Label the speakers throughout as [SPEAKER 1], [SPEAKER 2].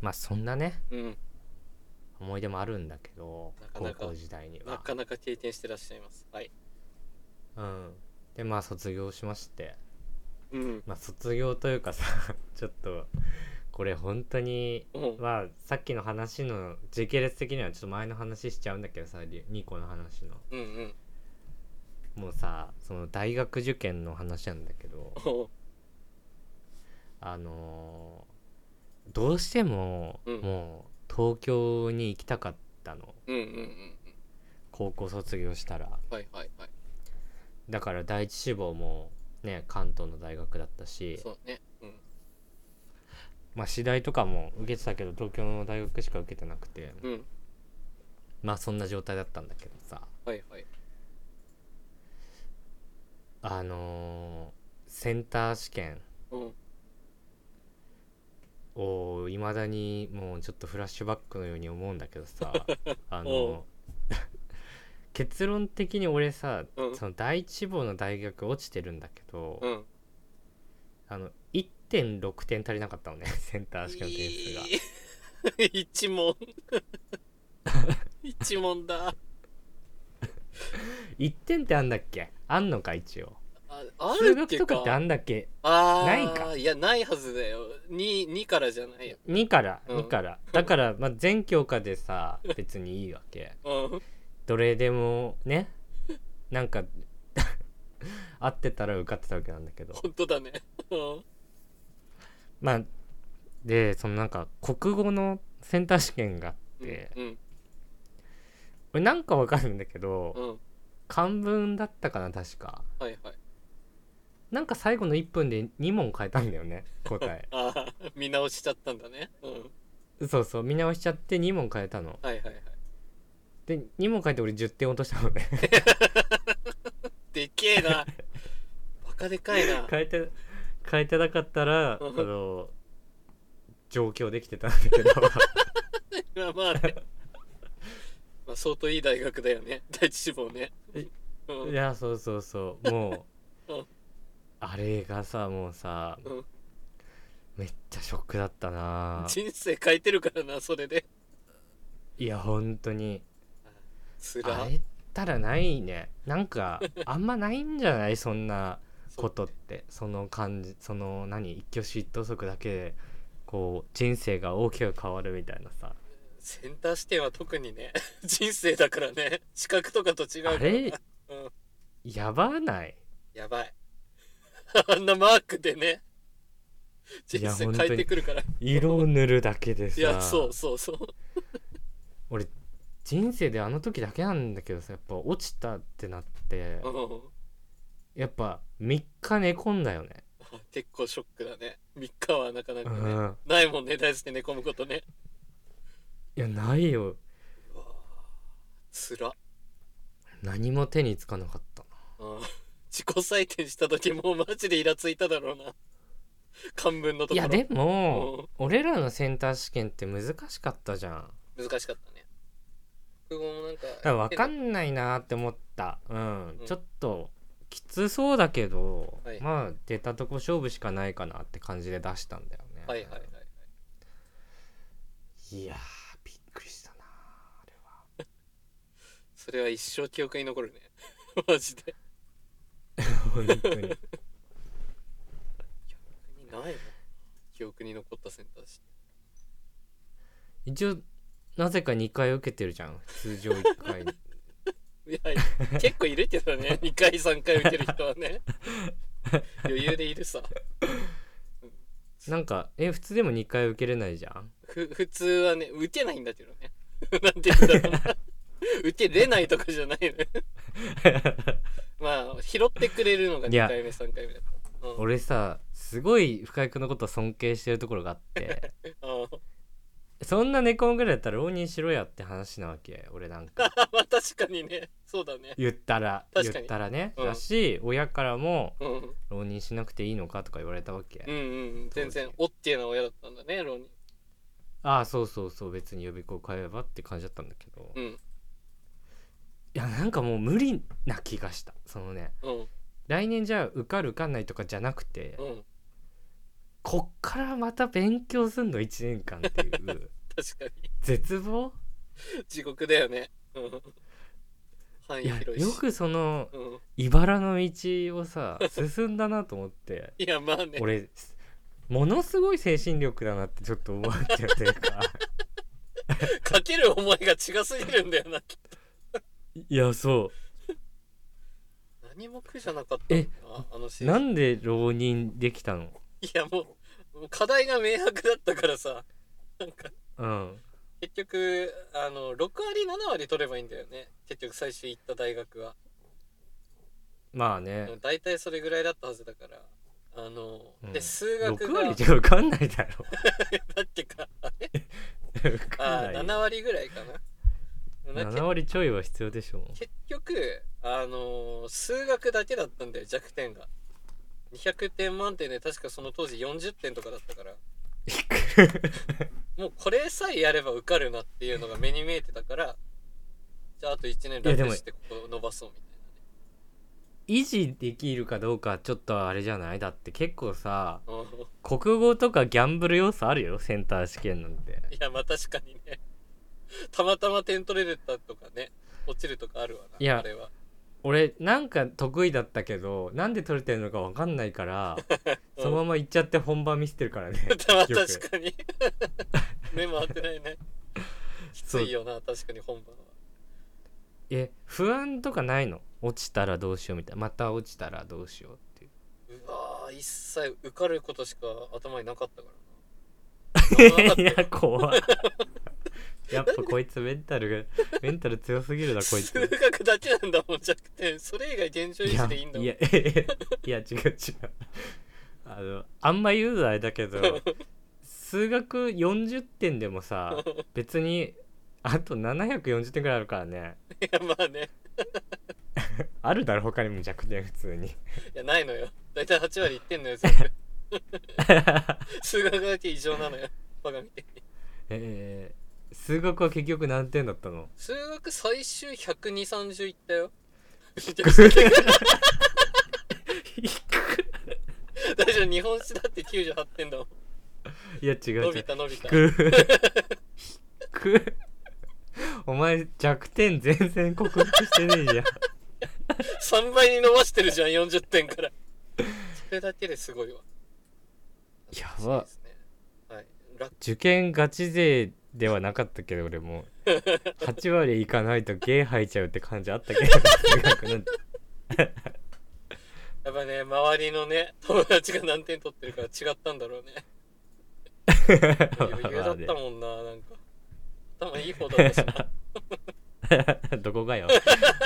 [SPEAKER 1] まあそんなね
[SPEAKER 2] うん
[SPEAKER 1] 思い出もあるんだけど
[SPEAKER 2] なかなか
[SPEAKER 1] 高校時代に
[SPEAKER 2] な
[SPEAKER 1] は
[SPEAKER 2] かなか経験してらっしゃいますはい
[SPEAKER 1] うんでまあ卒業しまして
[SPEAKER 2] うん
[SPEAKER 1] まあ卒業というかさ ちょっとこれ本当に
[SPEAKER 2] うん
[SPEAKER 1] まあさっきの話の時系列的にはちょっと前の話しちゃうんだけどさ2個の話の
[SPEAKER 2] うんうん
[SPEAKER 1] もうさその大学受験の話なんだけど
[SPEAKER 2] おう
[SPEAKER 1] あのーどうしても、
[SPEAKER 2] うん
[SPEAKER 1] もう東京に行きたかったの
[SPEAKER 2] うんうんうんうん
[SPEAKER 1] 高校卒業したら
[SPEAKER 2] はいはいはい
[SPEAKER 1] だから第一志望もね関東の大学だったし、
[SPEAKER 2] そうねうん
[SPEAKER 1] まあ、次第とかも受けてたけど東京の大学しか受けてなくて、
[SPEAKER 2] うん
[SPEAKER 1] まあそんな状態だったんだけどさ
[SPEAKER 2] はいはい
[SPEAKER 1] あのーセンター試験
[SPEAKER 2] うん
[SPEAKER 1] をいまだにもうちょっとフラッシュバックのように思うんだけど さあの
[SPEAKER 2] おう
[SPEAKER 1] 結論的に俺さ
[SPEAKER 2] うん
[SPEAKER 1] その第一志望の大学落ちてるんだけど、
[SPEAKER 2] うん
[SPEAKER 1] あの1.6点足りなかったのねセンター試験の点数が。
[SPEAKER 2] い い一問一問だ
[SPEAKER 1] 1点ってあんだっけあんのか一応
[SPEAKER 2] ああ
[SPEAKER 1] 数
[SPEAKER 2] るっ
[SPEAKER 1] 学
[SPEAKER 2] け
[SPEAKER 1] とかってあ
[SPEAKER 2] か
[SPEAKER 1] んだっけ
[SPEAKER 2] あー
[SPEAKER 1] ないか
[SPEAKER 2] いやないはずだよ二二からじゃないよ
[SPEAKER 1] 2から
[SPEAKER 2] うん
[SPEAKER 1] 2から、だから、まあ、全教科でさ別にいいわけ
[SPEAKER 2] うん
[SPEAKER 1] どれでもねなんか 合ってたら受かってたわけなんだけど
[SPEAKER 2] 本当だねうん
[SPEAKER 1] まあでそのなんか国語のセンター試験があって、
[SPEAKER 2] うん
[SPEAKER 1] これなんかわかるんだけど、
[SPEAKER 2] うん
[SPEAKER 1] 漢文だったかな確か
[SPEAKER 2] はいはい
[SPEAKER 1] なんか最後の1分で2問変えたんだよね答 え
[SPEAKER 2] ああ見直しちゃったんだねうん
[SPEAKER 1] そうそう見直しちゃって2問変えたの
[SPEAKER 2] はいはいはい
[SPEAKER 1] で2問書いて俺10点落としたのね
[SPEAKER 2] でけえ なバカでかいな
[SPEAKER 1] 変えて変えてなかったらあ
[SPEAKER 2] うん
[SPEAKER 1] の上京できてたんだけど
[SPEAKER 2] まあまあねまあ相当いい大学だよね第一志望ね
[SPEAKER 1] え
[SPEAKER 2] うん
[SPEAKER 1] いやそうそうそうもう、
[SPEAKER 2] うん
[SPEAKER 1] あれがさもうさ、
[SPEAKER 2] うん
[SPEAKER 1] めっちゃショックだったな
[SPEAKER 2] 人生変えてるからなそれで
[SPEAKER 1] いや本当に
[SPEAKER 2] す
[SPEAKER 1] あ
[SPEAKER 2] ら
[SPEAKER 1] れったらないねなんかあんまないんじゃないそんな
[SPEAKER 2] そう
[SPEAKER 1] ことってその感じその何一挙手一投足だけでこう人生が大きく変わるみたいなさ
[SPEAKER 2] センター試験は特にね 人生だからね資格とかと違うか
[SPEAKER 1] あ
[SPEAKER 2] ら
[SPEAKER 1] れ
[SPEAKER 2] うん
[SPEAKER 1] やばない
[SPEAKER 2] やばい あんなマークでね人
[SPEAKER 1] いや
[SPEAKER 2] 生変えてくるからい
[SPEAKER 1] 色を塗るだけでさ
[SPEAKER 2] やそうそうそう
[SPEAKER 1] 俺人生であの時だけなんだけどさやっぱ落ちたってなって
[SPEAKER 2] うん
[SPEAKER 1] やっぱ3日寝込んだよね
[SPEAKER 2] あ結構ショックだね3日はなかなかね、
[SPEAKER 1] うん
[SPEAKER 2] ないもんね大好き寝込むことね
[SPEAKER 1] いやないよ
[SPEAKER 2] つら、
[SPEAKER 1] 何も手につかなかった
[SPEAKER 2] うん、自己採点した時もうマジでイラついただろうな漢文のと
[SPEAKER 1] い
[SPEAKER 2] ころ
[SPEAKER 1] やでも、
[SPEAKER 2] うん
[SPEAKER 1] 俺らのセンター試験って難しかったじゃん
[SPEAKER 2] 難しかったね国語もなんか
[SPEAKER 1] だから分か
[SPEAKER 2] い
[SPEAKER 1] んないなーって思ったうん、
[SPEAKER 2] うん
[SPEAKER 1] ちょっときつそうだけど、
[SPEAKER 2] はい
[SPEAKER 1] まあ出たとこ勝負しかないかなって感じで出したんだよね
[SPEAKER 2] はいはいはい
[SPEAKER 1] いやーびっくりしたなあれは
[SPEAKER 2] それは一生記憶に残るね マジで
[SPEAKER 1] 本当に
[SPEAKER 2] 記憶にないもん記憶に残ったセンター試験
[SPEAKER 1] 一応なぜか2回受けてるじゃん通常1回
[SPEAKER 2] いや結構いるけどね2回3回受ける人はね余裕でいるさ
[SPEAKER 1] なんかえ普通でも2回受けれないじゃん
[SPEAKER 2] ふ普通はね受けないんだけどね なんて言うんだろうな 受けれないとかじゃないねまあ拾ってくれるのが
[SPEAKER 1] いや
[SPEAKER 2] 2回目3回目だから、うん、
[SPEAKER 1] 俺さすごい深井君のことを尊敬してるところがあって
[SPEAKER 2] あ
[SPEAKER 1] そんな寝込むぐらいだったら浪人しろやって話なわけ俺なん か
[SPEAKER 2] あ まあ確かにねそうだね
[SPEAKER 1] 言ったら
[SPEAKER 2] 確か
[SPEAKER 1] 言
[SPEAKER 2] に
[SPEAKER 1] ったらね、
[SPEAKER 2] うん
[SPEAKER 1] だし親からも
[SPEAKER 2] うんうん
[SPEAKER 1] 「浪人しなくていいのか?」とか言われたわけ、
[SPEAKER 2] うん全然
[SPEAKER 1] そう
[SPEAKER 2] オッケーな親だったんだねロニ
[SPEAKER 1] ああそうそうそう別に予備校通えばって感じだったんだけど、
[SPEAKER 2] ーう
[SPEAKER 1] い
[SPEAKER 2] ん
[SPEAKER 1] やなんかもう無理な気がしたそのね
[SPEAKER 2] うん
[SPEAKER 1] 来年じゃあ受かる受かんないとかじゃなくて、
[SPEAKER 2] うん
[SPEAKER 1] こっからまた勉強すんの1年間っていう
[SPEAKER 2] 確か
[SPEAKER 1] 絶望
[SPEAKER 2] に地獄だよねうん範
[SPEAKER 1] い
[SPEAKER 2] 囲
[SPEAKER 1] や
[SPEAKER 2] 広いし
[SPEAKER 1] よくその
[SPEAKER 2] うん、
[SPEAKER 1] 茨の道をさ進んだなと思って
[SPEAKER 2] いやまあね
[SPEAKER 1] 俺ものすごい精神力だなってちょっと思っちゃうという か
[SPEAKER 2] かける思いが違すぎるんだよない
[SPEAKER 1] やそ
[SPEAKER 2] 何も苦じゃなかったんだなあの
[SPEAKER 1] う
[SPEAKER 2] シー
[SPEAKER 1] な
[SPEAKER 2] ズン
[SPEAKER 1] んで浪人できたの
[SPEAKER 2] いやもうもう課題が明白だったからさなんか
[SPEAKER 1] うん
[SPEAKER 2] 結局あの6割7割取ればいいんだよね結局最初行った大学は
[SPEAKER 1] まあね
[SPEAKER 2] うん大体それぐらいだったはずだからあの、
[SPEAKER 1] うん
[SPEAKER 2] で数学
[SPEAKER 1] 6
[SPEAKER 2] が
[SPEAKER 1] 割じゃ分かんないだろ
[SPEAKER 2] だってかあれ
[SPEAKER 1] 分か
[SPEAKER 2] あ
[SPEAKER 1] んない
[SPEAKER 2] 7割ぐらいかなな
[SPEAKER 1] 7割ちょいは必要でしょ
[SPEAKER 2] 結局あのー数学だけだったんだよ弱点が200点満点で確かその当時40点とかだったからもうこれさえやれば受かるなっていうのが目に見えてたからじゃああと1年
[SPEAKER 1] いやでも
[SPEAKER 2] 楽してここ伸ばそうみたい
[SPEAKER 1] 維持できるかどうかちょっとあれじゃないだって結構さ
[SPEAKER 2] な うん
[SPEAKER 1] 国語とかギャンブル要素あるよセンター試験なんて
[SPEAKER 2] いやまあ確かにねたまたま点取れるたとかね落ちるとかあるわない
[SPEAKER 1] や
[SPEAKER 2] あれは
[SPEAKER 1] 俺なんか得意だったけどなんで取れてるのか分かんないから そのまま行っちゃって本番見せてるからね
[SPEAKER 2] まあ
[SPEAKER 1] よく
[SPEAKER 2] 確かに 目も当てないねきついよな確かに本番は
[SPEAKER 1] え不安とかないの落ちたらどうしようみたいなまた落ちたらどうしようっていう
[SPEAKER 2] うわー一切受かることしか頭になかったか
[SPEAKER 1] い
[SPEAKER 2] らな
[SPEAKER 1] や 怖い やっぱこいつメンタルがメンタル強すぎるなこいつ
[SPEAKER 2] 数 学だけなんだもん弱点それ以外現状維
[SPEAKER 1] い
[SPEAKER 2] 持
[SPEAKER 1] や
[SPEAKER 2] でいいんだもん
[SPEAKER 1] いやいや違う違うあのあんま言うのあれだけど数学40点でもさ別にあと740点ぐらいあるからね
[SPEAKER 2] いやまあね
[SPEAKER 1] あるだろ他にも弱点普通に
[SPEAKER 2] いやないのよ大体8割いってんのよ全部数学だけ異常なのよバカみたいに
[SPEAKER 1] えー、数学は結局何点だった の
[SPEAKER 2] 数学最終12030いったよ大丈夫日本史だって98点だもん
[SPEAKER 1] いや違う
[SPEAKER 2] 伸
[SPEAKER 1] 違
[SPEAKER 2] び
[SPEAKER 1] う
[SPEAKER 2] た伸びた
[SPEAKER 1] くくお前弱点全然克服してねえじゃん
[SPEAKER 2] 3倍に伸ばしてるじゃん40点からそれだけですごいわ
[SPEAKER 1] やば
[SPEAKER 2] そうですねはいラッ
[SPEAKER 1] 受験ガチ勢ではなかったけど俺 も8割いかないとゲー吐いちゃうって感じあったけど数学なんて
[SPEAKER 2] やっぱね周りのね友達が何点取ってるから違ったんだろうね余裕だったもんななんか頭いい方だった しな
[SPEAKER 1] どこがよ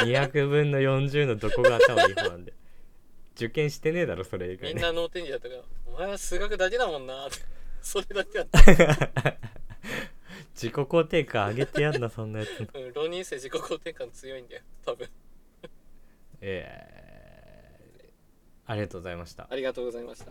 [SPEAKER 1] 200分の40のどこが頭いい方なんで受験してねえだろそれ以
[SPEAKER 2] み
[SPEAKER 1] 外
[SPEAKER 2] ん
[SPEAKER 1] ね
[SPEAKER 2] な脳天気だったからお前は数学だけだもんなそれだけだった
[SPEAKER 1] 自己肯定感上げてやんなそんなやつ
[SPEAKER 2] うん浪人生自己肯定感強いんだよ多分
[SPEAKER 1] えー、ありがとうございました
[SPEAKER 2] ありがとうございました